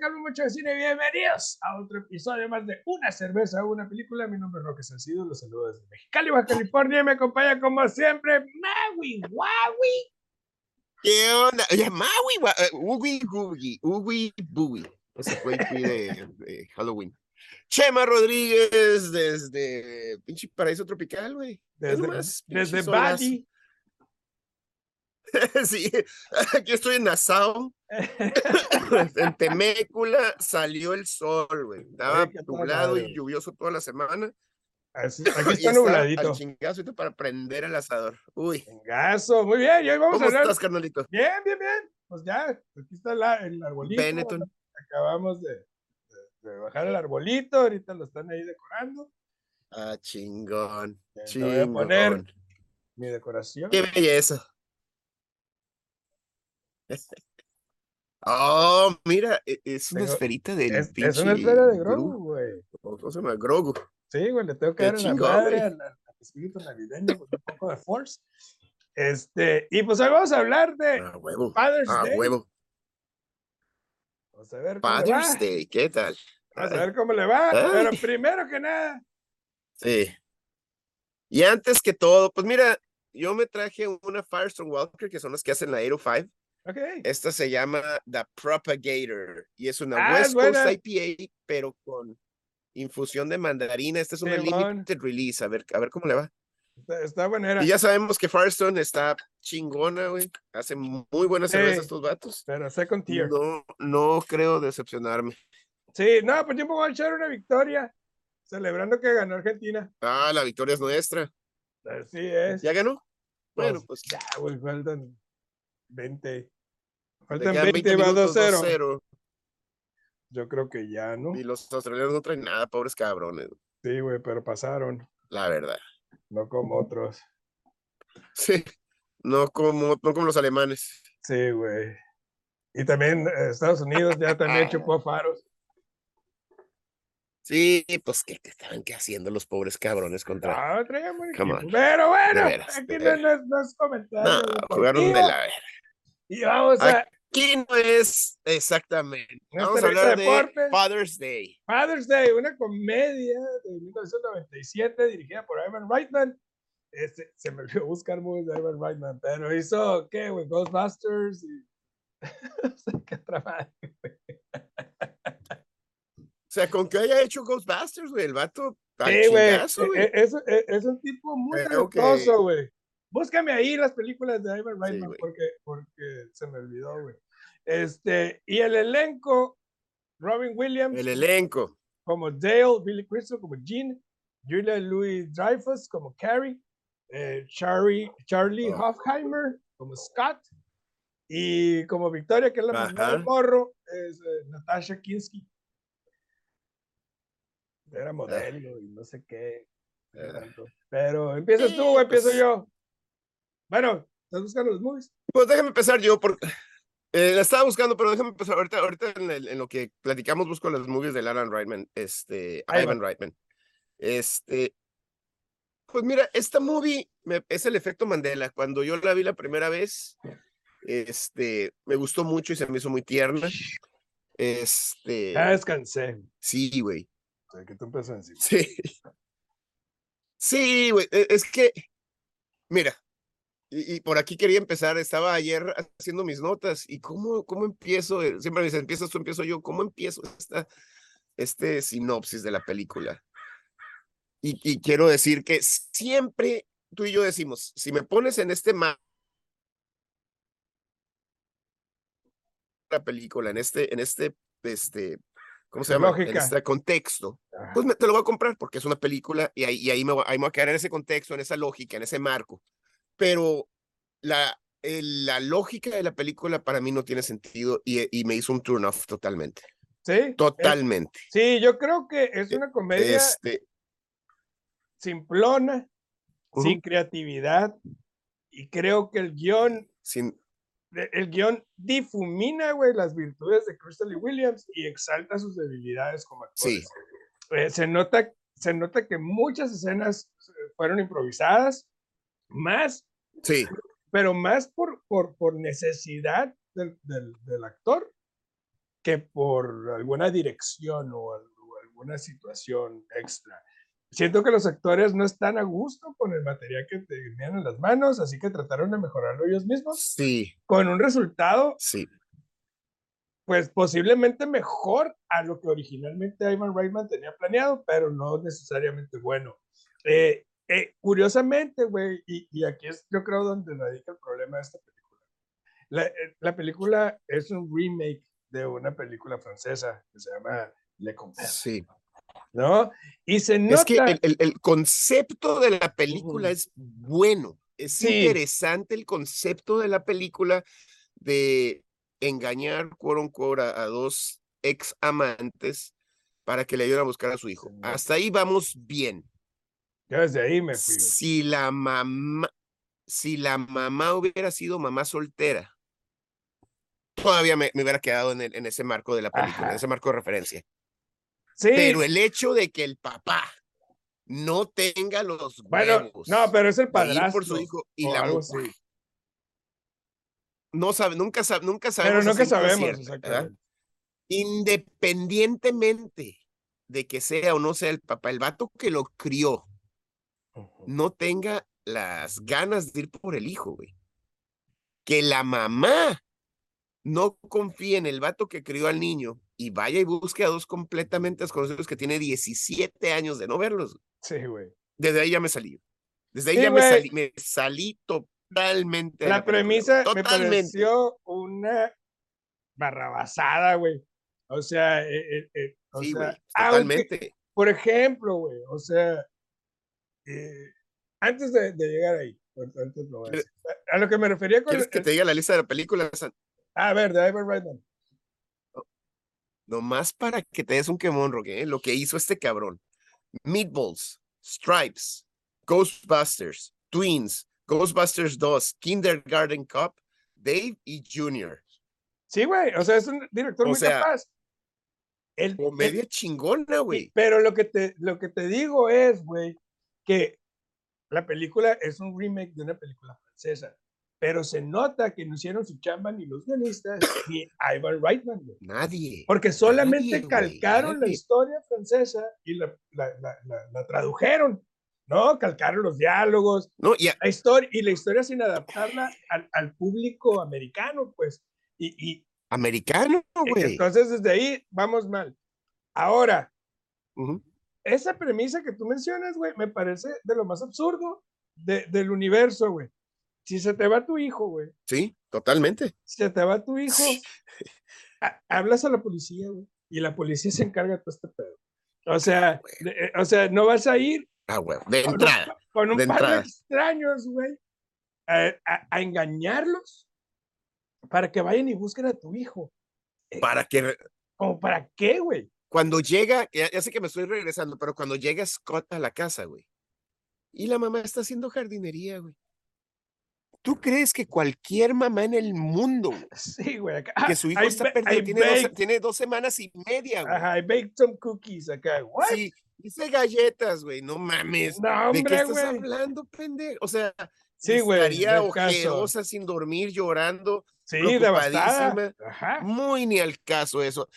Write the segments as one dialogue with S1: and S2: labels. S1: Carlos Mucho de Cine, bienvenidos a otro episodio más de Una Cerveza, Una Película. Mi nombre es Roque Salcido, los saludos desde Mexicali, Baja California, y me acompaña como siempre Maui, Wawi.
S2: ¿Qué onda? Oye, Maui, wa- eh, Uwi, Gubi, Uwi, Bubi. Ese fue IP de, de Halloween. Chema Rodríguez desde pinche paraíso tropical, güey. Es
S1: Desde,
S2: más, pinches
S1: desde
S2: olas.
S1: Bali.
S2: Sí, aquí estoy en Nassau, en Temécula, salió el sol, güey. Estaba
S1: Ay, qué toda
S2: nublado
S1: madre.
S2: y lluvioso toda la semana.
S1: Así- Aquí está
S2: y está
S1: nubladito.
S2: Al chingazo ahorita para prender el asador. Uy,
S1: Chingazo, muy bien, y hoy vamos
S2: ¿cómo
S1: a hablar.
S2: estás, carnalito?
S1: Bien, bien, bien. Pues ya, aquí está la- el arbolito.
S2: Benetton.
S1: Acabamos de, de- de bajar el arbolito, ahorita lo están ahí decorando.
S2: Ah, chingón,
S1: Le voy a poner
S2: chingón.
S1: mi decoración.
S2: Qué belleza. Oh, mira, e- es una
S1: Tengo-
S2: esferita del
S1: Es,
S2: pinche
S1: es una esfera de
S2: Gru-
S1: Grogu, güey.
S2: o- ¿Cómo se llama? Grogu.
S1: Sí, güey, le tengo que
S2: Qué
S1: dar en la
S2: chingón,
S1: madre
S2: güey.
S1: al, al- al espíritu navideño con un poco de force. Este, y pues hoy vamos a hablar de
S2: A Ah, huevo.
S1: Father's
S2: A
S1: Day.
S2: huevo.
S1: Vamos a ver cómo le va.
S2: Father's Day, ¿qué tal?
S1: Vamos a
S2: Ay,
S1: ver cómo le va.
S2: Ay.
S1: Pero primero que nada,
S2: Sí. Y antes que todo, pues mira, yo me traje una Firestone Walker, que son las que hacen la 805.
S1: ok.
S2: Esta se llama The Propagator y es una
S1: Ah, es
S2: West Coast
S1: buena.
S2: IPA, pero con infusión de mandarina. Esta es una
S1: Simón.
S2: limited release. A ver, a ver cómo le va.
S1: Está, está buena era.
S2: Y ya sabemos que Firestone está chingona, güey. Hace muy buenas cervezas
S1: Sí.
S2: estos vatos.
S1: Pero second tier.
S2: No, no creo decepcionarme.
S1: Sí, no, pues yo me voy a echar una victoria. Celebrando que ganó Argentina.
S2: Ah, la victoria es nuestra.
S1: Así es.
S2: ¿Ya ganó? Bueno,
S1: Pues,
S2: pues
S1: Ya, güey, faltan 20.
S2: le
S1: Faltan
S2: quedan
S1: 20,
S2: 20
S1: va
S2: minutos
S1: 2-0.
S2: 2-0.
S1: Yo creo que ya, ¿no?
S2: Y los australianos no traen nada, pobres cabrones,
S1: Sí, güey, pero pasaron.
S2: la verdad.
S1: No como otros.
S2: Sí, no como, no como los alemanes.
S1: Sí, güey. Y también eh, Estados Unidos ya
S2: Ah,
S1: también chupó faros.
S2: Sí, pues ¿qué, qué estaban qué haciendo los pobres cabrones contra?
S1: Ah, traían buen
S2: Come
S1: equipo.
S2: on.
S1: Pero bueno,
S2: veras, de
S1: aquí no,
S2: veras.
S1: no es- no es comentario
S2: No, jugaron de
S1: deportivo.
S2: la verga.
S1: Y vamos a
S2: Aquí no es exactamente.
S1: No es
S2: Vamos a
S1: terrible
S2: hablar
S1: deporte.
S2: de Father's Day.
S1: Father's Day, una comedia de 1997 dirigida por Ivan Reitman. Este, se me olvidó buscar movies de Ivan Reitman, pero hizo, ¿qué, güey? Ghostbusters y... no sé qué otra madre.
S2: O sea, con que haya hecho Ghostbusters, güey, el vato. al
S1: Sí, güey.
S2: chingazo, güey. Eh,
S1: e- e- Es, e- es un tipo muy
S2: Creo que-
S1: talentoso, güey. Búscame ahí las películas de Ivan Reitman
S2: güey.
S1: porque, porque se me olvidó, güey. Este, y el elenco, Robin Williams.
S2: El elenco.
S1: como Dale, Billy Crystal como Jean, Julia Louis Dreyfus como Carrie, eh, Charlie, Charlie
S2: Oh.
S1: Hoffheimer como Scott y como Victoria, que es la mamá del
S2: Ajá.
S1: morro, es eh, Natasha Kinski. Era modelo y no sé qué. no sé
S2: Ah.
S1: tanto. Pero empiezas tú
S2: Sí,
S1: o empiezo
S2: pues.
S1: yo. Bueno, ¿estás buscando los movies?
S2: Pues déjame empezar yo, porque eh, la estaba buscando, pero déjame empezar. Ahorita, ahorita en, el- en lo que platicamos, busco las movies de Alan Reitman, este,
S1: Ahí va.
S2: Ivan Reitman. Este. Pues mira, esta movie me- es el efecto Mandela. Cuando yo la vi la primera vez, este, me gustó mucho y se me hizo muy tierna. Este,
S1: Ya descansé.
S2: sí, güey.
S1: o sea, que tú empiezas a decir.
S2: Sí. Sí, güey, e- es que, mira, y, y por aquí quería empezar, estaba ayer haciendo mis notas y cómo, cómo empiezo, Eh, siempre me dicen, empiezas tú, empiezo yo, ¿cómo empiezo esta, este sinopsis de la película? Y, y quiero decir que siempre tú y yo decimos, si me pones en este mapa, la película, en este, en este, este, ¿cómo se llama? En
S1: Lógica.
S2: este contexto
S1: Ah,
S2: pues me- te lo voy a comprar porque es una película y ahí, y ahí me, voy- ahí me voy a quedar en ese contexto, en esa lógica, en ese marco. Pero la, eh, la lógica de la película para mí no tiene sentido y, eh, y me hizo un turn off totalmente.
S1: Sí, es-
S2: Totalmente.
S1: sí, yo creo que es una comedia
S2: Este,
S1: simplona,
S2: ujú,
S1: sin creatividad y creo que el guión,
S2: sin-
S1: de- el guión difumina, güey, las virtudes de Crystal y Williams y exalta sus debilidades como
S2: Sí.
S1: actores. Eh, se, nota, se nota que muchas escenas eh, fueron improvisadas, más,
S2: sí,
S1: pero más por, por, por necesidad del, del- del actor que por alguna dirección o, al- o alguna situación extra. Siento que los actores no están a gusto con el material que tenían en las manos, así que trataron de mejorarlo ellos mismos
S2: Sí,
S1: con un resultado
S2: sí.
S1: pues posiblemente mejor a lo que originalmente Ivan Reitman tenía planeado, pero no necesariamente bueno. Eh, eh, curiosamente, güey, y, y aquí es yo creo donde radica el problema de esta película. La, eh, la película es un remake de una película francesa que se llama Le Commerce,
S2: Sí.
S1: ¿no? Y se nota...
S2: Es que el, el- el concepto de la película
S1: Ujú.
S2: es bueno. Es
S1: Sí.
S2: interesante el concepto de la película de engañar, quote unquote, a, a dos ex amantes para que le ayuden a buscar a su hijo.
S1: Señor.
S2: Hasta ahí vamos bien.
S1: Yo desde ahí me fui. güey.
S2: Si la mamá, si la mamá hubiera sido mamá soltera, todavía me, me hubiera quedado en, el- en ese marco de la película, en
S1: Ajá.
S2: ese marco de referencia.
S1: Sí,
S2: Pero el hecho de que el papá no tenga los
S1: bueno,
S2: huevos
S1: no, pero es el
S2: de ir
S1: padrastro.
S2: por su hijo y
S1: o
S2: la
S1: algo
S2: mu-
S1: así.
S2: no sabe, nunca sabe, nunca sabemos.
S1: Pero
S2: a
S1: no que
S2: ciencia
S1: sabemos.
S2: cierta, ¿verdad?
S1: exactamente.
S2: Independientemente de que sea o no sea el papá, el vato que lo crió
S1: Ujú.
S2: no tenga las ganas de ir por el hijo, güey. Que la mamá no confíe en el vato que crió al niño y vaya y busque a dos completamente desconocidos que tiene 17 años de no verlos.
S1: Sí, güey.
S2: Desde ahí ya me salí. Desde ahí
S1: Sí,
S2: ya me
S1: güey.
S2: salí, me salí totalmente. de
S1: La
S2: película, güey,
S1: premisa me
S2: totalmente.
S1: pareció una barrabasada, güey. O sea, eh, eh, eh, o
S2: Sí,
S1: sea,
S2: güey, pues,
S1: aunque,
S2: totalmente.
S1: por ejemplo, güey, o sea, eh, antes de, de llegar ahí, an- antes lo voy a,
S2: Pero-
S1: decir. A- a lo que me refería con...
S2: ¿Quieres que
S1: el-
S2: te diga la lista de la película? San?
S1: A ver, de Ivan Reitman.
S2: Nomás para que te des un quemón, Roque, ¿eh? lo que hizo este cabrón. Meatballs, Stripes, Ghostbusters, Twins, Ghostbusters 2, Kindergarten Cup, Dave y Junior.
S1: Sí, güey, o sea, es un director
S2: O
S1: muy
S2: sea,
S1: capaz. El, el-
S2: Comedia chingona, güey.
S1: Pero lo que te, lo que te digo es, güey, que la película es un remake de una película francesa. Pero se nota que no hicieron su chamba ni los guionistas ni Ivan Reitman, güey.
S2: Nadie.
S1: Porque solamente
S2: Nadie, güey,
S1: calcaron la
S2: nadie.
S1: historia francesa y la, la- la- la- la tradujeron, ¿no? Calcaron los diálogos,
S2: No, y a-
S1: la historia, y la historia sin adaptarla al, al público americano, pues. Y, y-
S2: americano, güey.
S1: entonces desde ahí vamos mal. Ahora,
S2: Ujú.
S1: esa premisa que tú mencionas, güey, me parece de lo más absurdo de- del universo, güey. Si se te va tu hijo, güey,
S2: Sí, totalmente.
S1: si se te va tu hijo, ha- hablas a la policía, güey, y la policía se encarga de todo este pedo. O sea, de- eh, o sea, no vas a ir
S2: Ah, güey. De
S1: con un
S2: entrada.
S1: pa- con un
S2: de
S1: par de
S2: entrada.
S1: extraños, güey, a, a- a engañarlos para que vayan y busquen a tu hijo.
S2: Para que re-
S1: ¿Como para qué, güey?
S2: cuando llega, ya, ya sé que me estoy regresando, pero cuando llega Scott a la casa, güey, y la mamá está haciendo jardinería, güey. ¿Tú crees que cualquier mamá en el mundo, güey,
S1: Sí, güey. acá, "Ah,
S2: que su hijo
S1: I
S2: está
S1: ba- I
S2: perdido, tiene dos, se-
S1: baked,
S2: tiene dos semanas y media, güey?
S1: ajá, I baked some cookies acá. What?
S2: Sí, hice galletas, güey, no mames.
S1: No,
S2: ¿De
S1: hombre,
S2: qué estás
S1: güey.
S2: hablando, pendejo? O sea,
S1: Sí, güey.
S2: estaría
S1: no es caso.
S2: ojerosa, sin dormir, llorando.
S1: Sí, devastada.
S2: preocupadísima.
S1: Ajá.
S2: Muy ni al caso eso.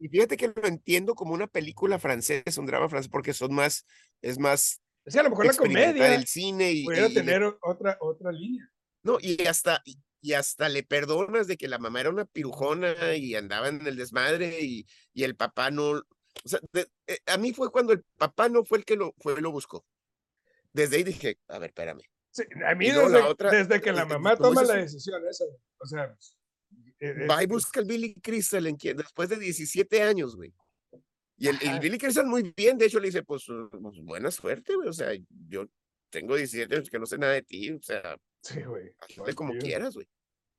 S2: Y fíjate que lo entiendo como una película francesa, un drama francés, porque son más, es más
S1: Es que a lo mejor la
S2: experimental
S1: comedia
S2: el cine y,
S1: pudiera
S2: y- y le-
S1: tener o- otra, otra línea.
S2: no, y hasta y, y hasta le perdonas de que la mamá era una pirujona y andaba en el desmadre y, y el papá no, o sea, de- eh, a mí fue cuando el papá no fue el que lo fue lo buscó. Desde ahí dije, a ver, espérame.
S1: Sí, a mí
S2: Y luego la
S1: desde,
S2: otra,
S1: desde que la
S2: eh, eh,
S1: mamá
S2: como
S1: toma la
S2: dices tú,
S1: decisión, esa, güey. o sea, pues, eh, eh,
S2: va y
S1: es-
S2: busca al Billy Crystal en quien, después de 17 años, güey. Y el, el
S1: Ajá.
S2: Billy Crystal muy bien, de hecho le dice, pues, eh, pues, buena suerte, güey. O sea, yo tengo 17 años que no sé nada de ti, o sea,
S1: sí, güey.
S2: hazle como
S1: Oye,
S2: quieras, güey.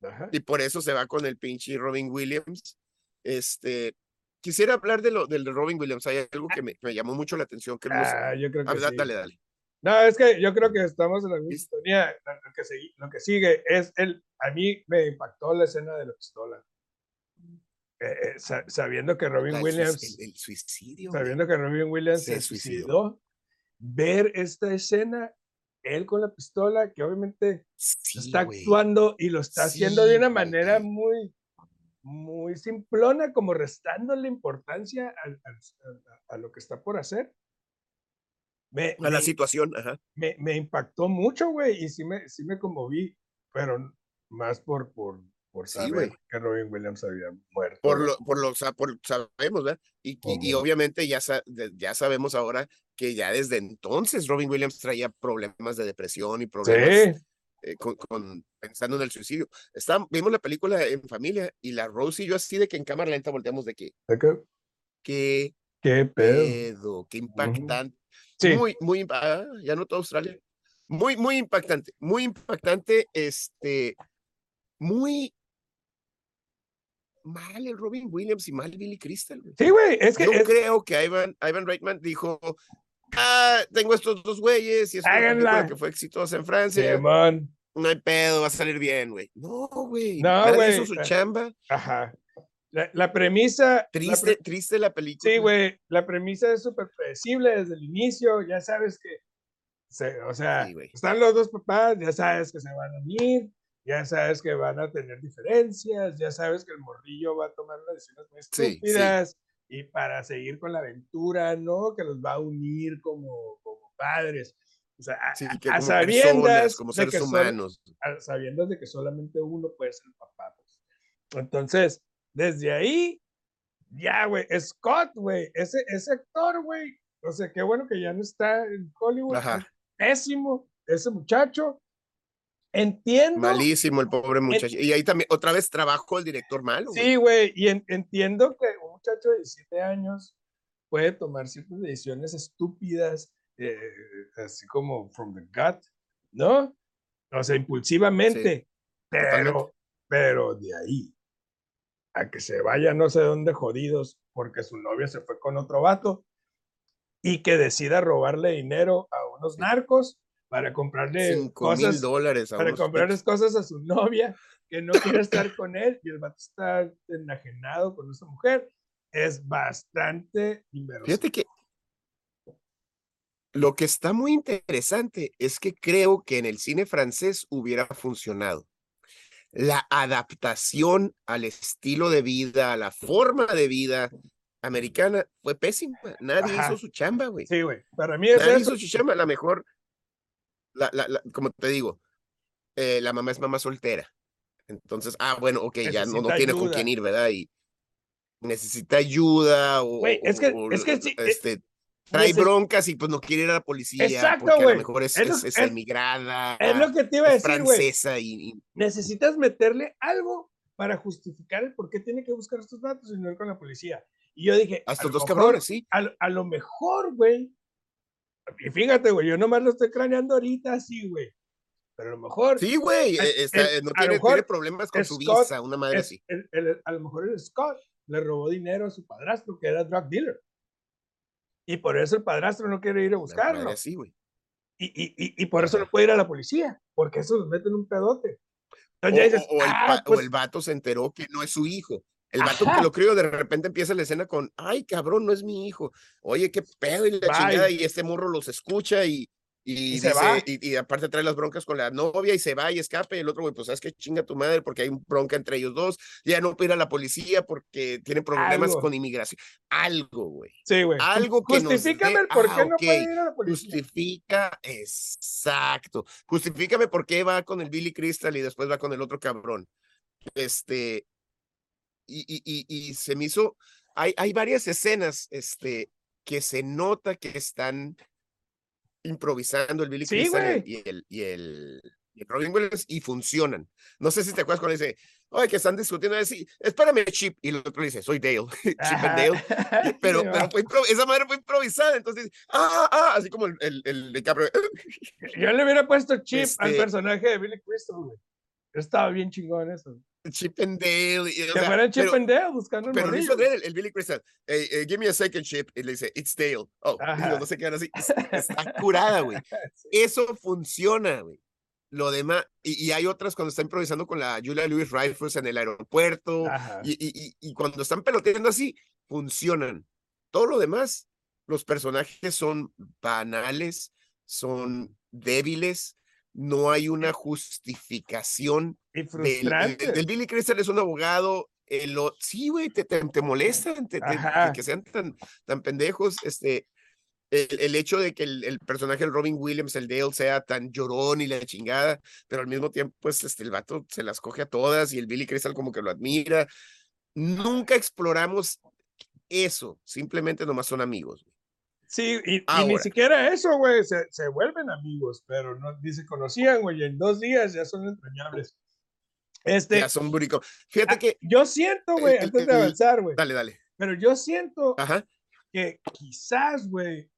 S1: ajá.
S2: Y por eso se va con el pinche Robin Williams. Este, quisiera hablar de lo del de Robin Williams. Hay algo que me, me llamó mucho la atención que no sé-
S1: Ah, yo creo
S2: Ah,
S1: que
S2: da-
S1: sí.
S2: dale, dale.
S1: No, es que yo creo que estamos en la misma
S2: Es-
S1: sintonía. Lo lo que, segui- lo que sigue es el. A mí me impactó la escena de la pistola. Eh, eh, sa- sabiendo que Robin
S2: La- el, suic-
S1: Williams.
S2: el- el suicidio. güey.
S1: sabiendo que Robin Williams
S2: Se
S1: se,
S2: suicidó.
S1: suicidó, ver esta escena, él con la pistola, que obviamente
S2: Sí,
S1: está
S2: güey.
S1: actuando y lo está haciendo
S2: Sí,
S1: de una
S2: güey.
S1: manera muy, muy simplona, como restándole importancia al- al- a, a lo que está por hacer. Me,
S2: a la
S1: me-
S2: situación, ajá.
S1: me, me impactó mucho, güey, y sí me, sí me conmoví, pero n- más por, por, por
S2: Sí,
S1: saber
S2: güey.
S1: que Robin Williams había muerto.
S2: Por
S1: güey.
S2: lo, por lo, sa- por- sabemos, ¿verdad? Y, y- y
S1: Ujú.
S2: obviamente ya, sa- de- ya sabemos ahora que ya desde entonces Robin Williams traía problemas de depresión y problemas
S1: Sí,
S2: eh, con, con- pensando en el suicidio. Está, vimos la película en familia y la Rose y yo así de que en cámara lenta volteamos de que,
S1: de que-
S2: qué
S1: qué pedo.
S2: Eh, pedo, qué impactante.
S1: Sí,
S2: Muy, muy, impa- ah, ya no toda Australia. Muy, muy impactante, muy impactante, este, muy mal el Robin Williams y mal Billy Crystal. güey.
S1: sí, güey, es que
S2: Yo
S1: es-
S2: creo que Ivan, Ivan Reitman dijo, ah, tengo estos dos güeyes y es una película
S1: Háganla.
S2: que fue exitosa en Francia.
S1: Simón,
S2: No hay pedo, va a salir bien, güey. No, güey.
S1: No,
S2: No,
S1: güey,
S2: Eso su
S1: eh,
S2: chamba.
S1: ajá. La, la premisa. la
S2: Triste, triste la película.
S1: Sí, güey, la premisa es súper predecible desde el inicio, ya sabes que, se- o sea,
S2: Sí, güey.
S1: están los dos papás, ya sabes que se van a unir, ya sabes que van a tener diferencias, ya sabes que el morrillo va a tomar unas decisiones muy
S2: Sí, sí.
S1: estúpidas y para seguir con la aventura, ¿no? Que los va a unir como, como padres. O sea, a,
S2: Sí,
S1: a-
S2: que
S1: a
S2: como
S1: sabiendas
S2: personas, como
S1: de
S2: seres
S1: que sol-
S2: humanos.
S1: a- sabiendo de que solamente uno puede ser papá. pues. Entonces, desde ahí, ya, güey, Scott, güey, ese, ese actor, güey, o sea, qué bueno que ya no está en Hollywood, es
S2: Ajá.
S1: pésimo, ese muchacho. Entiendo,
S2: Malísimo el pobre muchacho. Y ahí también, otra vez trabajo el director malo. güey.
S1: sí, güey, y en- entiendo que un muchacho de 17 años puede tomar ciertas decisiones estúpidas, eh, así como from the gut, ¿no? O sea, impulsivamente, pero,
S2: totalmente.
S1: pero de ahí a que se vaya no sé dónde jodidos porque su novia se fue con otro vato y que decida robarle dinero a unos narcos para comprarle
S2: Cinco mil
S1: cosas
S2: dólares. a
S1: para
S2: unos
S1: comprarles
S2: pinches-
S1: cosas a su novia que no quiere estar con él y el vato está enajenado con esa mujer es bastante inverosímil.
S2: Fíjate que lo que está muy interesante es que creo que en el cine francés hubiera funcionado. La adaptación al estilo de vida, a la forma de vida americana fue pésima. Nadie
S1: Ajá.
S2: hizo su chamba, güey.
S1: Sí, güey. Para mí es
S2: Nadie
S1: eso.
S2: hizo su chamba. A lo mejor, la, la- la- como te digo, eh, la mamá es mamá soltera. Entonces, ah, bueno, ok, ya no, no
S1: Necesita
S2: tiene con
S1: ayuda.
S2: quién ir, ¿verdad? Y necesita ayuda o,
S1: Güey, es que-
S2: o-
S1: es que
S2: o-
S1: sí, eh,
S2: este, trae
S1: Neces-
S2: broncas y pues no quiere ir a la policía
S1: Exacto,
S2: porque a
S1: güey.
S2: lo mejor es,
S1: Es lo-
S2: es- es
S1: es-
S2: emigrada,
S1: es lo que te iba a
S2: es
S1: decir, güey.
S2: francesa y, y-
S1: necesitas meterle algo para justificar el por qué tiene que buscar estos datos y no ir con la policía. Y yo dije,
S2: a estos
S1: lo
S2: dos
S1: mejor-
S2: cabrones, sí.
S1: A, lo- a lo mejor, güey. Y fíjate, güey, yo nomás lo estoy craneando ahorita así, güey. Pero a lo mejor
S2: Sí, güey,
S1: a-
S2: eh, está-
S1: el-
S2: eh,
S1: a
S2: no
S1: lo
S2: tiene, tiene
S1: mejor
S2: problemas con su
S1: Scott
S2: visa, una madre
S1: es-
S2: así.
S1: el- el- a lo mejor el Scott le robó dinero a su padrastro, que era drug dealer. Y por eso el padrastro no quiere ir a
S2: Una madre
S1: buscarlo.
S2: así, güey.
S1: Y, y- y- y por eso no
S2: Ajá.
S1: puede ir a la policía, porque eso los mete en un pedote.
S2: O,
S1: Entonces ya dices,
S2: o- o el
S1: "Ah,
S2: pa- o
S1: pues,
S2: el vato se enteró que no es su hijo. El vato
S1: Ajá.
S2: que lo crió, de repente empieza la escena con, ay, cabrón, no es mi hijo. Oye, qué pedo y la
S1: Bye.
S2: chingada. Y este morro los escucha y, y,
S1: Y se
S2: dice-
S1: va.
S2: y- y aparte trae las broncas con la novia y se va y escapa. Y el otro, güey, pues sabes que chinga tu madre porque hay un bronca entre ellos dos. Ya no puede ir a la policía porque tiene problemas
S1: Algo.
S2: con inmigración. Algo, güey.
S1: Sí, güey. Ju-
S2: Algo que nos
S1: Justifícame
S2: dé-
S1: el por
S2: ah,
S1: qué no
S2: ok,
S1: puede ir a la policía.
S2: Justifica, exacto. Justifícame por qué va con el Billy Crystal y después va con el otro cabrón. Este, y, y- y- y se me hizo, hay, hay varias escenas, este, que se nota que están improvisando el Billy
S1: Sí,
S2: Crystal y el- y el, y el, y el Robin Williams y funcionan. No sé si te acuerdas cuando dice, oye, que están discutiendo, así, espérame, Chip, y el otro le dice, soy Dale, Chip
S1: Ajá.
S2: and Dale. Y-
S1: Ah.
S2: Pero,
S1: Sí,
S2: pero
S1: va.
S2: fue impro- esa madre fue improvisada, entonces, ah, ah, así como el, el, el DiCaprio, "Ah",
S1: Yo le hubiera puesto chip al
S2: Este-
S1: personaje de Billy Crystal, güey. Estaba bien chingón eso.
S2: Chip and Dale, y,
S1: Que
S2: o sea,
S1: fuera Chip
S2: pero,
S1: and Dale buscando el
S2: pero lo hizo
S1: morrillo.
S2: adrede el, el Billy Crystal, "Eh, eh, give me a second Chip, y le dice, it's Dale, oh, y
S1: Ajá.
S2: los dos se quedan así, es- está curada, güey, eso funciona, güey. Lo demás, y, y hay otras cuando está improvisando con la Julia Louis Dreyfus en el aeropuerto,
S1: Ajá.
S2: y, y- y- y cuando están peloteando así, funcionan. Todo lo demás, los personajes son banales, son débiles, no hay una justificación.
S1: Y
S2: Del, eh, el-
S1: frustrante.
S2: del Billy Crystal es un abogado el o- sí, güey, te, te, te molestan, te- te-
S1: Ajá.
S2: que- que sean tan, tan pendejos, este, el, el hecho de que el, el personaje del Robin Williams, el Dale, sea tan llorón y la chingada, pero al mismo tiempo, pues, este, el vato se las coge a todas y el Billy Crystal como que lo admira. Nunca exploramos eso, simplemente nomás son amigos.
S1: Sí, y, y ni
S2: Ahora.
S1: siquiera eso, güey, se, se vuelven amigos, pero no, ni se conocían, güey, y en dos días ya son entrañables. Este,
S2: Ya son buricos. Fíjate
S1: ah,
S2: que,
S1: yo siento,
S2: el-
S1: güey,
S2: el-
S1: antes de
S2: el-
S1: avanzar, güey,
S2: dale, dale.
S1: pero yo siento
S2: Ajá.
S1: que quizás, güey,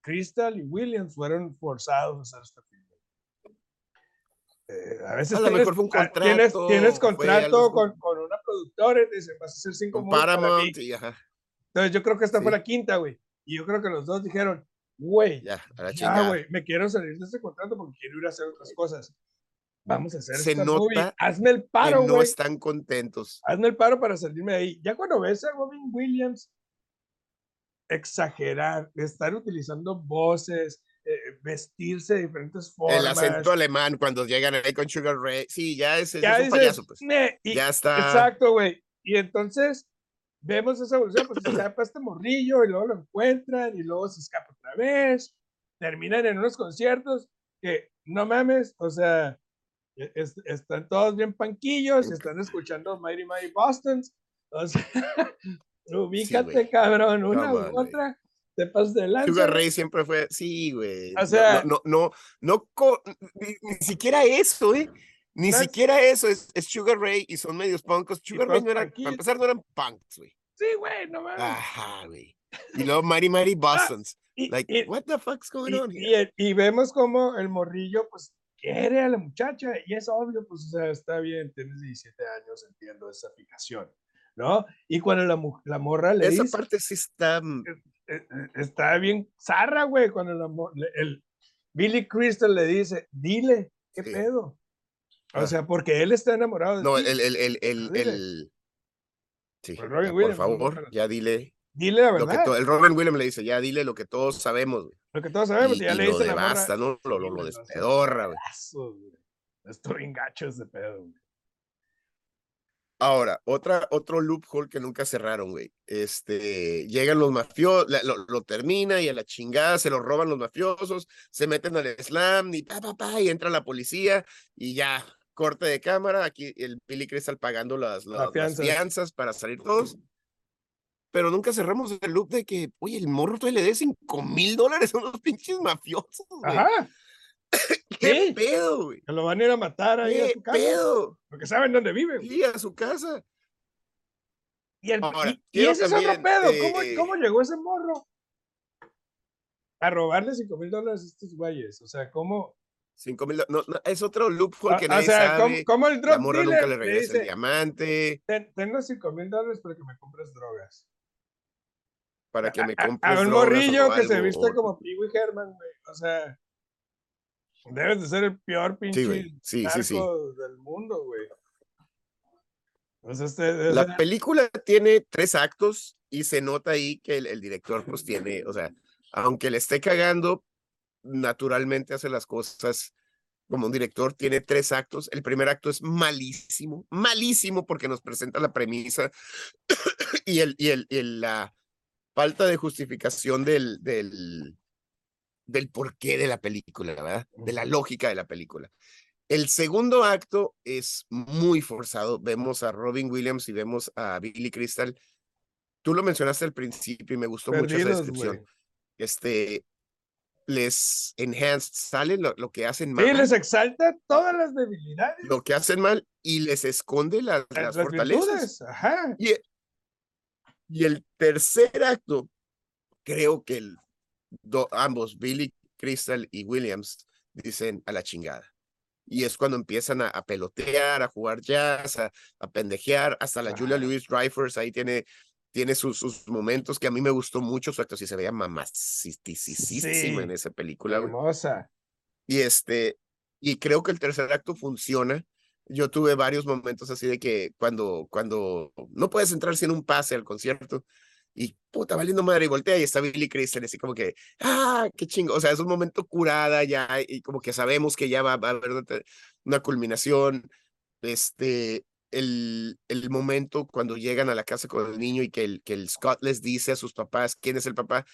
S1: Crystal y Williams fueron forzados a hacer esta película. Eh, a veces
S2: A lo
S1: tienes-
S2: mejor fue un
S1: ah, tienes,
S2: contrato,
S1: tienes
S2: fue algo-
S1: contrato con, con una productora y te dicen, vas a hacer cinco
S2: Con
S1: movies para mí".
S2: Paramount y ajá.
S1: Entonces yo creo que esta fue
S2: Sí.
S1: la quinta, güey. Y yo creo que los dos dijeron, güey,
S2: Ya, a la
S1: ya,
S2: chingada.
S1: güey, me quiero salir de este contrato porque quiero ir a hacer otras cosas. Vamos a hacer
S2: Se
S1: esta movie.
S2: nota
S1: Hazme el
S2: que
S1: paro,
S2: no
S1: güey.
S2: están contentos.
S1: Hazme el paro para salirme de ahí. Ya cuando ves a Robin Williams exagerar, estar utilizando voces, eh, vestirse de diferentes formas.
S2: El acento alemán cuando llegan ahí con Sugar Ray. Sí, ya es,
S1: ya
S2: es un
S1: dices,
S2: payaso, pues.
S1: "Ne", y-
S2: ya está.
S1: Exacto, güey. Y entonces vemos esa evolución, pues se escapa este morrillo y luego lo encuentran y luego se escapa otra vez. Terminan en unos conciertos que no mames, o sea, e- es- están todos bien panquillos, están escuchando Mighty Mighty Bostons. O sea, ubícate,
S2: güey.
S1: cabrón, una
S2: mames.
S1: u otra, te pasas de lanza.
S2: Sugar Ray siempre fue, sí, güey.
S1: O
S2: no-
S1: sea-
S2: no, no, no, co- ni, ni siquiera eso, ¿eh? Ni
S1: No es-
S2: siquiera eso, es, es Sugar Ray y son medios punkos. Sugar Ray
S1: todos
S2: no eran,
S1: punkitos.
S2: para empezar, no eran punks, güey.
S1: Sí, güey, no mames.
S2: Ajá, güey. Y luego Mary Mary Bostons.
S1: Y-
S2: Like,
S1: Ah, y-
S2: what the fuck's going on
S1: y, y
S2: here?
S1: el- y vemos como el morrillo, pues, quiere a la muchacha, y es obvio, pues, o sea, está bien, tienes 17 años, entiendo esa fijación, ¿no? Y cuando la, mu- la morra le
S2: Esa
S1: dice,
S2: parte sí está mm,
S1: eh, eh, está bien zarra, güey, cuando la mo- le- el Billy Crystal le dice, dile, ¿qué
S2: Sí.
S1: pedo? O
S2: Ah.
S1: sea, porque él está enamorado de
S2: No,
S1: ti,
S2: el, el, el, el,
S1: dile.
S2: el- Sí,
S1: Pues Robin
S2: ya, por
S1: Williams, ¿no?
S2: favor,
S1: Pero-
S2: ya dile
S1: dile la
S2: lo que
S1: verdad,
S2: to- el Robin Williams le dice, ya dile lo que todos sabemos, güey.
S1: lo que todos sabemos,
S2: y,
S1: y Ah, pues, ya
S2: y
S1: le
S2: lo
S1: dice la morra,
S2: devasta, ¿no? Lo, lo,
S1: "Dile,
S2: lo
S1: lo
S2: despedorra, güey.
S1: "Aso, güey, Estoy bien gacho ese pedo, güey".
S2: Ahora, otra, otro loophole que nunca cerraron, güey. Este, llegan los mafiosos, lo, lo termina y a la chingada se lo roban los mafiosos, se meten al slam y pa, pa, pa, y entra la policía y ya, corte de cámara, aquí el Billy Crystal pagando las,
S1: La
S2: las, las
S1: fianza.
S2: fianzas para salir todos. Pero nunca cerramos el loop de que, oye, el morro todavía le dé cinco mil dólares a unos pinches mafiosos, güey.
S1: Ajá.
S2: ¿Qué
S1: sí.
S2: pedo, güey?
S1: Que lo van a ir a matar ahí a
S2: ¿Qué
S1: su casa.
S2: pedo?
S1: Porque saben dónde vive. güey.
S2: Sí, a su casa.
S1: Y, el,
S2: Ahora,
S1: y- y
S2: quiero
S1: ese es otro
S2: también,
S1: pedo. ¿Cómo,
S2: eh,
S1: cómo llegó ese morro? A robarle 5 mil dólares a estos güeyes. O sea, ¿cómo?
S2: Cinco mil, do- no, no, es otro loop
S1: O, Ah,
S2: porque
S1: o
S2: nadie
S1: sea, ¿cómo,
S2: sabe.
S1: cómo el
S2: La
S1: drug
S2: morra
S1: dealer
S2: nunca
S1: le
S2: le regresa el
S1: dice,
S2: diamante
S1: "Ten- tengo 5 mil dólares para que me compres drogas?
S2: para que me
S1: A-
S2: compres
S1: a un
S2: drogas
S1: morrillo
S2: o
S1: que se
S2: algo,
S1: viste
S2: o-
S1: como Pee Wee Herman, güey. O sea, debes de ser el peor pinche
S2: Sí, güey. Sí, sí, sí.
S1: narco del mundo, güey. O sea, este,
S2: La película tiene tres actos y se nota ahí que el, el director pues tiene, o sea, aunque le esté cagando, naturalmente hace las cosas como un director, tiene tres actos. El primer acto es malísimo, malísimo porque nos presenta la premisa y, el, y, el, y el- la falta de justificación del, del, del porqué de la película, ¿verdad? De la lógica de la película. El segundo acto es muy forzado. Vemos a Robin Williams y vemos a Billy Crystal. Tú lo mencionaste al principio y me gustó mucho esa
S1: perdidos,
S2: descripción
S1: güey.
S2: este les enhanced sale lo, lo que hacen mal,
S1: Sí, les exalta todas las debilidades,
S2: lo que hacen mal y les esconde la-
S1: las,
S2: Pues las,
S1: las
S2: fortalezas.
S1: virtudes, Ajá.
S2: Y el tercer acto, creo que el- do- ambos, Billy Crystal y Williams, dicen a la chingada. Y es cuando empiezan a, a pelotear, a jugar jazz, a, a pendejear. Hasta la Julia
S1: Ajá.
S2: Louis Dreyfus ahí tiene, tiene sus, sus momentos que a mí me gustó mucho su actuación. Se veía mamacisísima en
S1: Sí,
S2: esa película. güey.
S1: hermosa.
S2: Y este, y creo que el tercer acto funciona. Yo tuve varios momentos así de que cuando, cuando no puedes entrar sin un pase al concierto y puta, valiendo madre y voltea y está Billy Crystal así como que, ah, qué chingo. O sea, es un momento curada ya y como que sabemos que ya va, va a haber una, te- una culminación. Este, el, el momento cuando llegan a la casa con el niño y que el, que el Scott les dice a sus papás quién es el papá.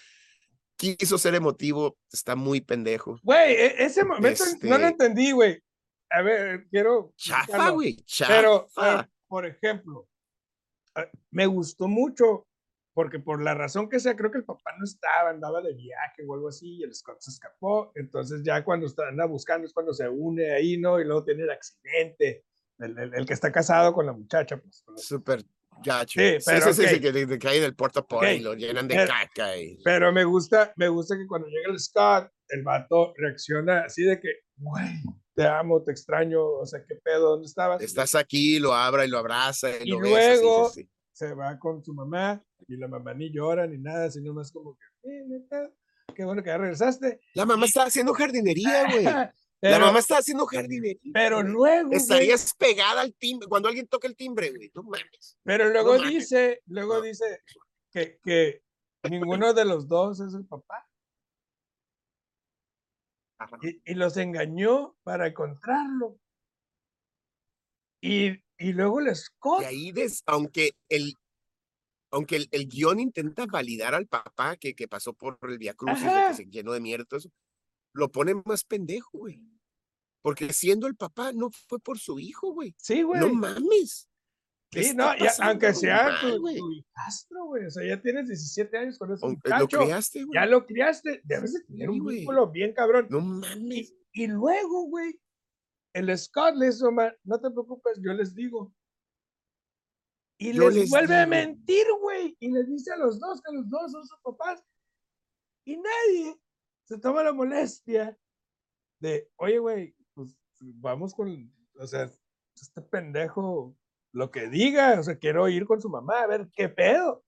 S2: Quiso ser emotivo, está muy pendejo.
S1: Güey, e- ese momento
S2: Este-
S1: no lo entendí, güey. A ver, quiero.
S2: Chafa,
S1: explicarlo.
S2: güey, chafa.
S1: Pero, eh, pero, por ejemplo, ah, me gustó mucho porque por la razón que sea, creo que el papá no estaba, andaba de viaje o algo así, y el Scott se escapó. Entonces ya cuando está- anda buscando es cuando se une ahí, ¿no? Y luego tiene el accidente, el, el- el que está casado con la muchacha, pues. con la-
S2: Súper gacho.
S1: Sí, pero
S2: sí, sí,
S1: ok.
S2: que de- de caen del porta
S1: Ok,
S2: y lo llenan de
S1: pero-
S2: caca. y-
S1: Pero me gusta, me gusta que cuando llega el Scott, el vato reacciona así de que, güey, te amo, te extraño, o sea, qué pedo, ¿dónde estabas?
S2: Estás aquí, lo abra y lo abraza. Y,
S1: Y
S2: lo besa, sí, sí,
S1: luego-
S2: sí.
S1: se va con su mamá y la mamá ni llora ni nada, sino más como que, "Eh, neta, qué bueno que ya regresaste.
S2: La mamá estaba haciendo jardinería, güey.
S1: Pero-
S2: La mamá estaba haciendo jardinería.
S1: Pero
S2: güey.
S1: luego, güey,
S2: Estarías pegada al timbre. Cuando alguien toca el timbre, güey. No mames.
S1: pero luego
S2: mames.
S1: dice, luego
S2: No.
S1: dice que, que ninguno de los dos es el papá
S2: Ajá.
S1: y, y los engañó para encontrarlo. Y, y luego el Scott,
S2: Y ahí, des- aunque el. Aunque el, el guión intenta validar al papá que, que pasó por el Via Cruz
S1: Ajá.
S2: que se llenó de mierda, y todo eso, lo pone más pendejo, güey. Porque siendo el papá, no fue por su hijo, güey.
S1: sí, güey.
S2: No mames. ¿Qué
S1: Sí,
S2: está
S1: no, ya- aunque
S2: pasando,
S1: sea
S2: mal,
S1: tu,
S2: güey?
S1: tu hijastro, güey. O sea, ya tienes 17 años con ese
S2: Aunque Lo
S1: muchacho.
S2: creaste, güey.
S1: ya lo criaste, debes de tener
S2: Sí,
S1: un
S2: güey.
S1: vínculo bien cabrón.
S2: No mames.
S1: Y, y luego, güey, el Scott le hizo, "Ma- no te preocupes, yo les digo. Y
S2: Yo
S1: les,
S2: les
S1: vuelve a
S2: digo.
S1: mentir, güey. Y les dice a los dos que los dos son sus papás. Y nadie se toma la molestia de, oye, güey, pues vamos con, o sea, este pendejo, lo que diga, o sea, quiero ir con su mamá a ver qué pedo.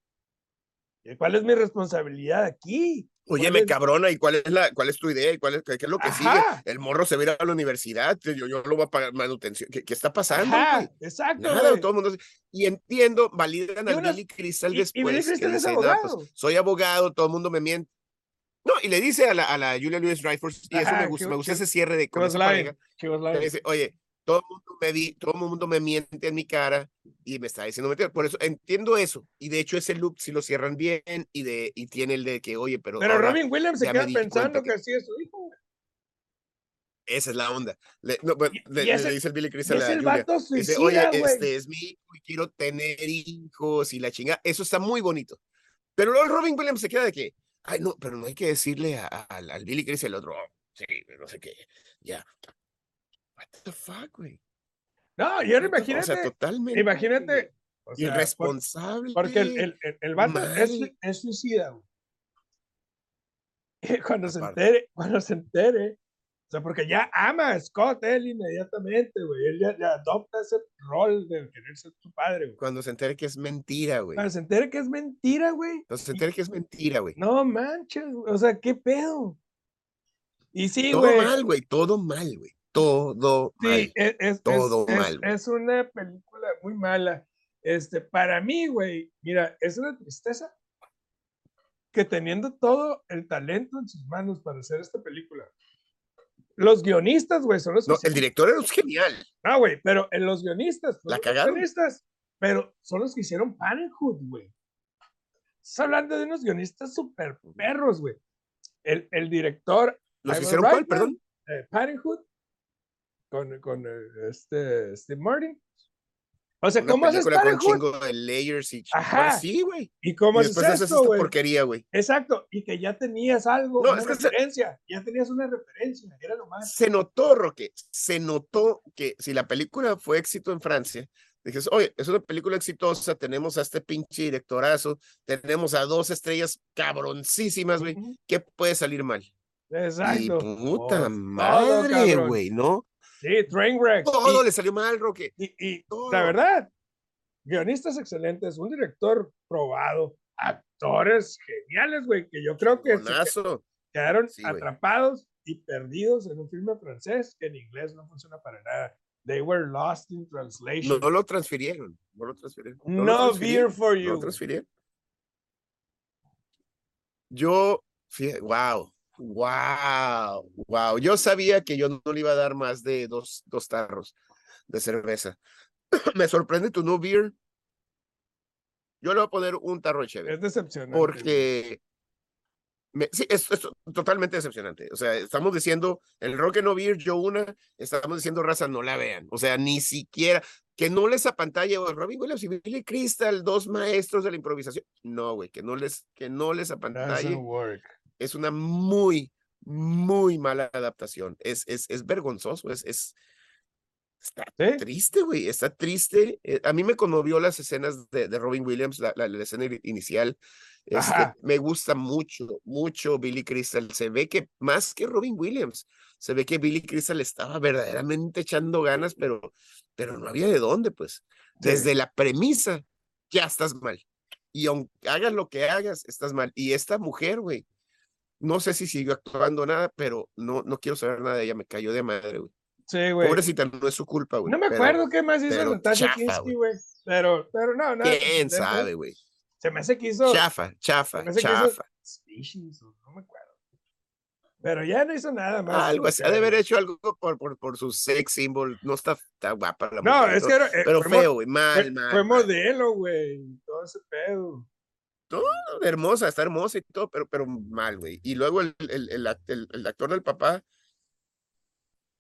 S1: ¿Cuál es mi responsabilidad aquí?
S2: Oye,
S1: ¿Cuál
S2: me
S1: es-
S2: cabrona, ¿y cuál es la, cuál es tu idea? ¿Y cuál es, qué, qué es lo que
S1: Ajá.
S2: sigue? El morro se va a ir a la universidad, yo, yo lo voy a pagar manutención. ¿Qué, qué está pasando?
S1: Ajá,
S2: güey?
S1: exacto.
S2: Nada,
S1: güey.
S2: todo el mundo. se- Y entiendo, validan
S1: Y
S2: a
S1: una-
S2: Billy Crystal
S1: y- y Billy
S2: después. que
S1: Crystal es
S2: dice, "No, pues,
S1: abogado".
S2: soy abogado, todo el mundo me miente. No, y le dice a la, a la Julia Louis Dreyfus, y eso
S1: Ajá,
S2: me
S1: que-
S2: gusta, me gusta
S1: que-
S2: ese cierre de
S1: She
S2: con
S1: was
S2: esa
S1: lying.
S2: pareja.
S1: She was
S2: Me
S1: lying.
S2: dice, oye, todo el mundo me di- todo mundo me miente en mi cara y me está diciendo mentira. Por eso entiendo eso. Y de hecho ese loop si lo cierran bien y de y tiene el de que, oye, pero,
S1: Pero
S2: ahora
S1: Robin Williams se
S2: ya me
S1: queda
S2: di
S1: pensando
S2: cuenta
S1: que así es su hijo. güey.
S2: esa es la onda. Le, no, bueno,
S1: Y-
S2: le-
S1: y
S2: le
S1: ese-
S2: dice el Billy Crystal
S1: Y Es
S2: a
S1: el
S2: Julia.
S1: vato
S2: Dice, oye,
S1: suicida, Pues güey.
S2: este es mi hijo y quiero tener hijos y la chinga. Eso está muy bonito. Pero luego Robin Williams se queda de que, ay, no, pero no hay que decirle a- a- al, al Billy Crystal el otro, "Oh, sí, no sé qué, ya. What the fuck, güey.
S1: No, y ahora
S2: What the-
S1: imagínate.
S2: O sea, totalmente. güey.
S1: imagínate. o sea, por-
S2: irresponsable.
S1: porque el, el, el, el vato es,
S2: mal.
S1: sui- es suicida, güey. Y Cuando se
S2: Aparte.
S1: entere, cuando se entere. O sea, porque ya ama a Scott él inmediatamente, güey. Él ya, ya adopta ese rol de querer ser su padre, güey.
S2: Cuando se entere que es mentira, güey.
S1: Cuando se entere que es mentira, güey.
S2: Cuando se entere que es mentira, güey.
S1: No manches, güey, o sea, qué pedo. Y sí,
S2: todo
S1: güey.
S2: mal, güey. Todo mal, güey. Todo
S1: Sí, e,
S2: mal.
S1: es, es-
S2: todo
S1: es-
S2: mal, güey.
S1: es una película muy mala. Este, para mí, güey, mira, es una tristeza que teniendo todo el talento en sus manos para hacer esta película. Los guionistas, güey, son los que
S2: No,
S1: se-
S2: el director era un genial.
S1: Ah, güey, pero en los guionistas.
S2: La
S1: fueron los
S2: cagaron.
S1: guionistas, pero son los que hicieron Parenthood, güey. Estás hablando de unos guionistas super perros, güey. El, el director.
S2: ¿Los
S1: Ivan
S2: hicieron cuál?
S1: Reitman,
S2: Perdón.
S1: eh, Parenthood. Con, con eh, este Steve Martin. O sea,
S2: Una
S1: ¿cómo haces
S2: película con un
S1: Parenthood?
S2: chingo de layers y
S1: Ajá.
S2: Ajá. Sí, güey.
S1: ¿Y
S2: Y
S1: cómo haces
S2: después haces
S1: esto,
S2: esta
S1: güey?
S2: porquería, güey.
S1: Exacto. Y que ya tenías algo,
S2: No,
S1: una
S2: es que se-
S1: referencia. Ya tenías una referencia. Era lo más.
S2: Se notó, Roque, se notó que si la película fue éxito en Francia, dijes, oye, es una película exitosa, tenemos a este pinche directorazo, tenemos a dos estrellas cabroncísimas, güey,
S1: Ujú.
S2: ¿qué puede salir mal? Y
S1: Exacto.
S2: puta
S1: Pues, todo,
S2: madre,
S1: cabrón.
S2: güey, ¿no?
S1: Sí, Trainwreck.
S2: Todo
S1: Y-
S2: le salió mal, Roque.
S1: Y, y
S2: Todo.
S1: la verdad, guionistas excelentes, un director probado, actores geniales, güey, que yo creo que se
S2: Bonazo.
S1: quedaron
S2: Sí, güey.
S1: atrapados y perdidos en un filme francés que en inglés no funciona para nada. They were lost in
S2: No,
S1: translation.
S2: no lo transfirieron. No lo transfirieron.
S1: No,
S2: lo transfirieron,
S1: beer for
S2: No
S1: you.
S2: lo transfirieron. Yo, wow, wow, wow. Yo sabía que yo no le iba a dar más de dos, dos tarros de cerveza. Me sorprende tu no beer. Yo le voy a poner un tarro de cheve.
S1: Es decepcionante.
S2: Porque me- sí, es, es totalmente decepcionante. O sea, estamos diciendo el rock and no beer, yo una, estamos diciendo raza, no la vean. O sea, ni siquiera que no les apantalle o Robin Williams y Billy Crystal, dos maestros de la improvisación. No, güey, que no les, que no les apantalle.
S1: Doesn't work.
S2: Es una muy, muy mala adaptación. Es, es, es vergonzoso, es, es, está
S1: ¿Sí?
S2: triste, güey, está triste. Eh, A mí me conmovió las escenas de, de Robin Williams, la, la- la escena i- inicial. Este,
S1: Ajá.
S2: me gusta mucho, mucho Billy Crystal. Se ve que más que Robin Williams, se ve que Billy Crystal estaba verdaderamente echando ganas, pero, pero no había de dónde, pues.
S1: Sí.
S2: Desde la premisa, ya estás mal. Y aunque hagas lo que hagas, estás mal. Y esta mujer, güey, no sé si siguió actuando o nada, pero no, no quiero saber nada de ella, me cayó de madre, güey.
S1: Sí, güey.
S2: Pobrecita, no es su culpa, güey.
S1: No me
S2: pero-
S1: acuerdo qué más hizo
S2: pero
S1: Natasha
S2: chafa,
S1: Kinski,
S2: güey.
S1: güey. Pero, pero no, nada.
S2: ¿Quién
S1: sorprendente.
S2: sabe, güey?
S1: Se me hace que hizo
S2: Chafa, chafa,
S1: parece que eso-
S2: chafa.
S1: Species, o no me acuerdo. Pero ya no hizo nada más.
S2: Algo
S1: como
S2: así.
S1: que-
S2: Ha de haber hecho algo por, por, por su sex symbol. No está, está guapa la
S1: No,
S2: mujer,
S1: es que
S2: pero-
S1: era, eh,
S2: Pero
S1: fue, mo-
S2: feo, güey.
S1: fue-
S2: Mal, mal.
S1: fue
S2: mal.
S1: modelo, güey. Todo ese pedo.
S2: Hermosa, está hermosa y todo, pero, pero mal, güey. Y luego el, el, el, act- el- el actor del papá,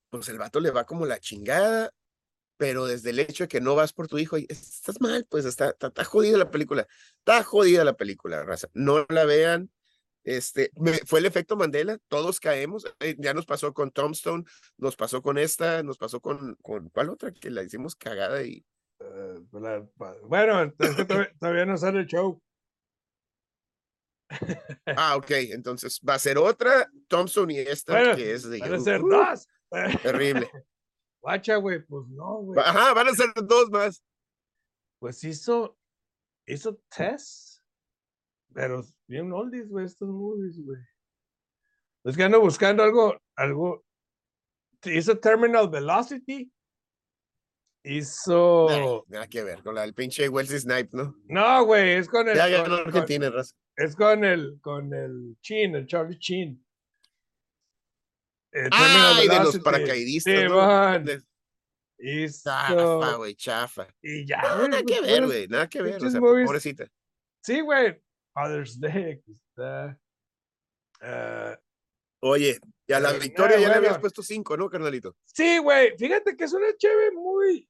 S2: pues el vato le va como la chingada, pero desde el hecho de que no vas por tu hijo, y estás mal, pues está, está, está jodida la película. Está jodida la película, raza. No la vean. Este, me- fue el efecto Mandela, todos caemos. eh, ya nos pasó con Tombstone, nos pasó con esta, nos pasó con, con ¿cuál otra? Que la hicimos cagada y
S1: Eh, pues la- pa- bueno, es que todavía, todavía no sale el show. Eh.
S2: Ah, ok, entonces va a ser otra Thompson y esta
S1: Bueno,
S2: que es de
S1: Van a
S2: uh,
S1: ser
S2: uh,
S1: dos.
S2: terrible.
S1: Guacha, güey. Pues no, güey.
S2: Ajá, van a ser dos más.
S1: Pues hizo. Hizo test. Pero bien oldies, güey, estos movies, güey. Es que ando buscando algo, algo. Hizo Terminal Velocity. Hizo.
S2: Nah, nada que ver con la del pinche Wesley Snipe, ¿no?
S1: No, güey, es con el.
S2: Ya
S1: con-
S2: ganó
S1: con-
S2: Argentina, raza.
S1: es con el, con el Chin, el Charlie Chin. Eh, Terminal
S2: Ay, de los
S1: Velocity,
S2: paracaidistas.
S1: Sí,
S2: ¿no?
S1: man,
S2: De- Chafa,
S1: hizo-
S2: Ah, güey, chafa.
S1: Y ya.
S2: No,
S1: güey,
S2: nada
S1: pues,
S2: que ver,
S1: puras-
S2: güey, nada que ver. O
S1: pinches
S2: sea,
S1: movies.
S2: pobrecita.
S1: Sí, güey. Father's Day, aquí está. Ah,
S2: Oye, y a la
S1: Eh,
S2: victoria
S1: ah,
S2: ya le habías
S1: bueno.
S2: puesto cinco, ¿no, carnalito?
S1: sí, güey. Fíjate que es una chévere muy.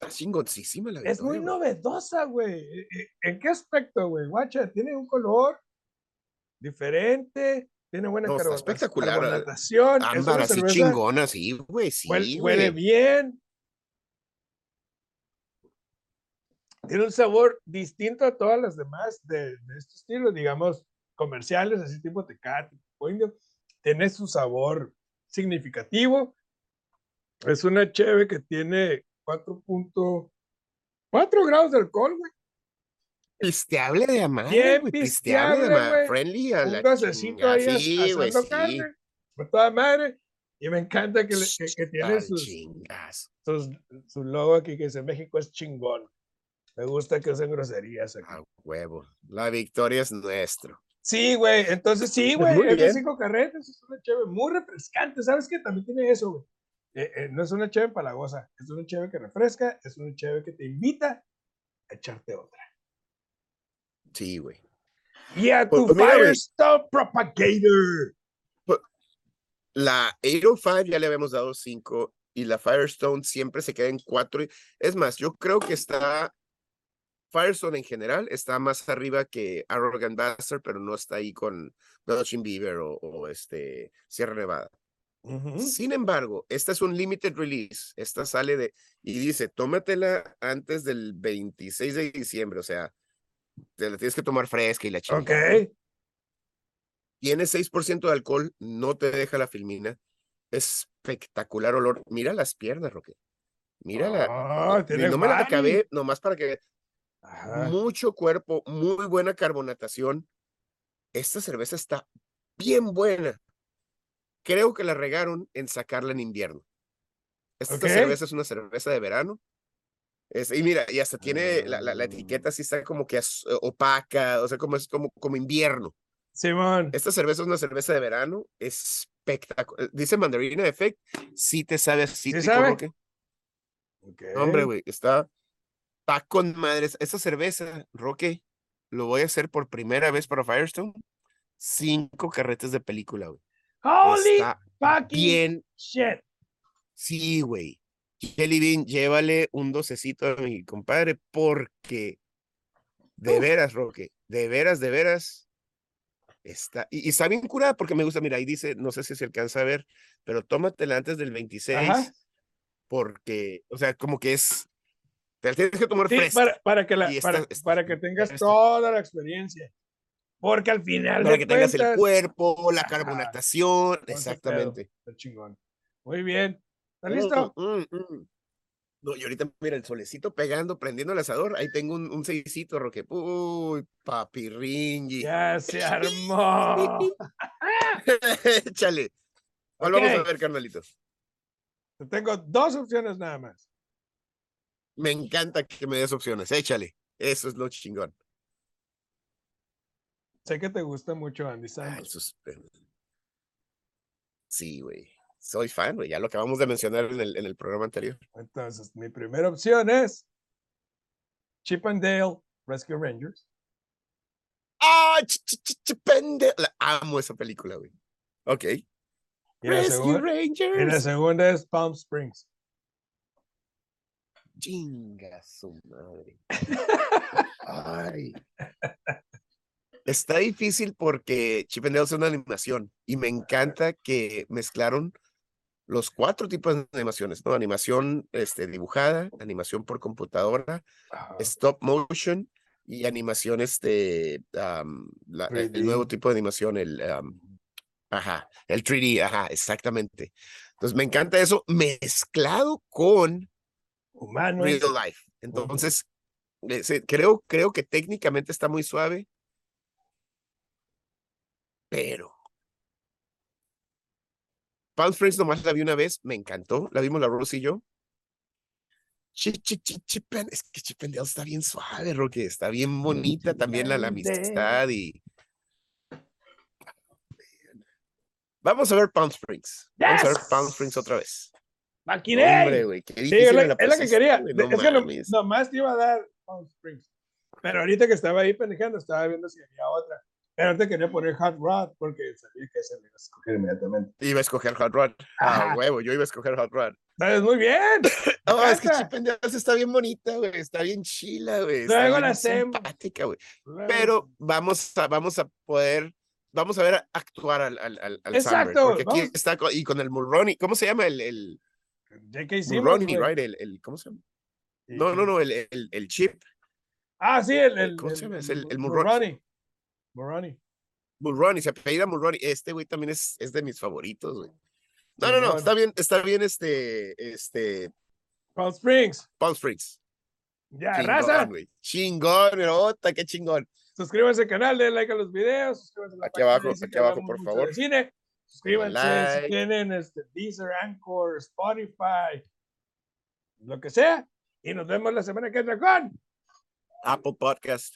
S2: Está chingoncísima la victoria.
S1: Es muy
S2: Pues, güey.
S1: novedosa, güey. E- e- ¿En qué aspecto, güey? Guacha, tiene un color diferente, tiene buena
S2: No, está
S1: carbonat-
S2: espectacular, a-
S1: carbonatación. es
S2: Ámbar
S1: una
S2: así
S1: cerveza-
S2: chingona, sí, güey, sí,
S1: Huele,
S2: güey.
S1: huele bien. Tiene un sabor distinto a todas las demás de, de este estilo, digamos, comerciales, así tipo Tecate, tipo Indio. Tiene su sabor significativo. Es una cheve que tiene 4.4 grados de alcohol, güey.
S2: Pisteable de amar.
S1: Bien
S2: pisteable de
S1: pisteable,
S2: amar.
S1: güey.
S2: Friendly a
S1: un
S2: la
S1: gasecito
S2: chinga.
S1: ahí ha-
S2: Sí, güey,
S1: haciendo
S2: sí.
S1: carne, con toda madre. Y me encanta que, le- que- que tiene
S2: Al
S1: sus,
S2: chingazo.
S1: sus- su logo aquí que dice México es chingón. Me gusta que usen groserías aquí.
S2: A Ah, huevo. La victoria es nuestro.
S1: Sí, güey. Entonces, sí,
S2: Pues
S1: güey.
S2: muy
S1: Es de
S2: bien.
S1: cinco carretas. Es una cheve muy refrescante. ¿Sabes qué? También tiene eso, güey. Eh, eh, no es una cheve palagosa. Es una cheve que refresca. Es una cheve que te invita a echarte otra.
S2: Sí, güey.
S1: Y a
S2: Pues,
S1: tu
S2: pues, mira, güey.
S1: Firestone Propagator.
S2: La 805 ya le habíamos dado 5 y la Firestone siempre se queda en 4. Es más, yo creo que está Firestone en general está más arriba que Arrogant Bastard, pero no está ahí con Dodging Beaver o, o este Sierra Nevada.
S1: Mm.
S2: Sin embargo, esta es un limited release. Esta sale de y dice, tómatela antes del 26 de diciembre, o sea, te la tienes que tomar fresca y la
S1: Ok.
S2: chingada. ¿no? Tiene 6% de alcohol, no te deja la filmina. Espectacular olor. Mira las piernas, Roque. Mira la
S1: Ah, tiene Ah.
S2: no me la
S1: body.
S2: acabé, nomás para que
S1: Ajá.
S2: mucho cuerpo, muy buena carbonatación. Esta cerveza está bien buena. Creo que la regaron en sacarla en invierno. Esta
S1: Ok.
S2: cerveza es una cerveza de verano. Es- y mira, y hasta tiene la, la- la etiqueta
S1: Ah.
S2: así está como que az- opaca, o sea, como es como, como invierno.
S1: Simón.
S2: Esta cerveza es una cerveza de verano eh, espectacular. Dice Mandarina Effect, sí te sabe así.
S1: sabe? Okay.
S2: No, hombre, güey, está, está con madres. Esa cerveza, Roque, lo voy a hacer por primera vez para Firestone. Cinco carretes de película, güey.
S1: Holy
S2: Está
S1: fucking
S2: bien.
S1: shit.
S2: Sí, güey. Jelly Bean, llévale un docecito a mi compadre porque de
S1: Uf.
S2: veras, Roque, de veras, de veras. Está, y, y está bien curada porque me gusta, mira, ahí dice, no sé si se alcanza a ver, pero tómatela antes del 26
S1: Ajá.
S2: porque, o sea, como que es, te la tienes que tomar
S1: Sí,
S2: fresca.
S1: para, para que la,
S2: Y esta-
S1: para,
S2: esta-
S1: para que tengas
S2: esta-
S1: toda la experiencia. Porque al final
S2: para
S1: de
S2: que tengas el
S1: cuentas,
S2: cuerpo, la
S1: Ajá.
S2: carbonatación,
S1: ese
S2: exactamente.
S1: está chingón. Muy bien. ¿Está
S2: Mm,
S1: listo?
S2: mm, mm. No, y ahorita, mira, el solecito pegando, prendiendo el asador. Ahí tengo un, un seisito, Roque. Uy, papirringi.
S1: Ya se armó.
S2: Échale. ¿Cuál vamos a
S1: Ok.
S2: ver, carnalito?
S1: Te Tengo dos opciones nada más.
S2: Me encanta que me des opciones. Échale. Eso es lo chingón.
S1: Sé que te gusta mucho Andy
S2: Ah, el
S1: Samberg.
S2: suspenso. Sí, güey. Soy fan, güey. Ya lo acabamos de mencionar en el, en el programa anterior.
S1: Entonces, mi primera opción es Chip and Dale Rescue Rangers.
S2: ¡Ah! ch- ch- ch- ch- pende- La- Amo esa película, güey. Ok.
S1: Y la,
S2: Rescue
S1: segun- y la
S2: Rangers.
S1: segunda es Palm Springs.
S2: Chinga su madre. Ay. Está difícil porque Chip and Dale es una animación y me encanta que mezclaron los cuatro tipos de animaciones, ¿no? Animación este, dibujada, animación por computadora,
S1: Ajá.
S2: stop motion y animación, este, am, la- el el nuevo
S1: 3D.
S2: tipo de animación, el, am, ajá, el 3D, ajá, exactamente. Entonces me encanta eso mezclado con
S1: Humano.
S2: real life. Entonces, eh, sí, creo, creo que técnicamente está muy suave, pero Palm Springs nomás la vi una vez, me encantó, la vimos la Rose y yo. Chi- chi- chi- Chip and- es que Chip and Dale está bien suave, Roque, está bien bonita también la, la
S1: and Dale.
S2: amistad y... Vamos a ver Palm Springs. Vamos a ver Palm Springs otra vez. Hombre,
S1: Maquiné.
S2: güey, qué
S1: Sí, es
S2: difícil
S1: la,
S2: me la
S1: es la que
S2: pasaste,
S1: quería.
S2: güey, no
S1: es que no-
S2: mames.
S1: nomás te iba a dar Palm Springs. Pero ahorita que estaba ahí pendejando, estaba viendo si había otra. Pero te quería poner Hot Rod porque sabía que se me iba a escoger inmediatamente.
S2: Iba a escoger Hot Rod.
S1: Ajá.
S2: Ah, huevo, yo iba a escoger Hot Rod.
S1: ¿Sabes? Muy bien.
S2: Ah, es que
S1: encanta.
S2: Chip and Dale está bien bonita, güey. Está bien chila, güey. Está
S1: Luego la
S2: bien
S1: hacemos.
S2: simpática, güey.
S1: Luego-
S2: Pero vamos a, vamos a poder, vamos a ver a- actuar al, al, al, al Sandberg,
S1: Exacto,
S2: porque aquí
S1: vamos.
S2: está, co- y con el Mulroney, ¿cómo se llama? El, el
S1: J.K. Simmons,
S2: Mulroney,
S1: güey.
S2: right? El, el, ¿Cómo se llama?
S1: Y-
S2: No, no,
S1: y-
S2: no, el, el, el Chip.
S1: Ah, sí, el.
S2: eh,
S1: el
S2: ¿cómo se llama? Es el- el Mulroney.
S1: Mulroney. Mulroney.
S2: Mulroney, se apellida Mulroney. Este güey también es, es de mis favoritos, güey. No, no, no,
S1: Simón.
S2: está bien, está bien este, este,
S1: Palm Springs.
S2: Palm Springs.
S1: Ya, raza.
S2: Chingón, güey. Chingón, ota, qué chingón.
S1: Suscríbanse al canal, denle like a los videos, suscríbanse a la
S2: Aquí
S1: página de
S2: abajo,
S1: Easy,
S2: aquí
S1: que
S2: abajo,
S1: hablamos
S2: por
S1: mucho
S2: favor.
S1: de cine. Suscríbanse si
S2: like.
S1: tienen este, Deezer, Anchor, Spotify, lo que sea. Y nos vemos la semana que entra con
S2: Apple Podcast.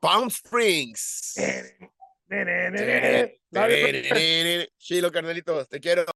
S2: Palm Springs.
S1: Sorry, bro.
S2: Chilo, carnalito, te quiero.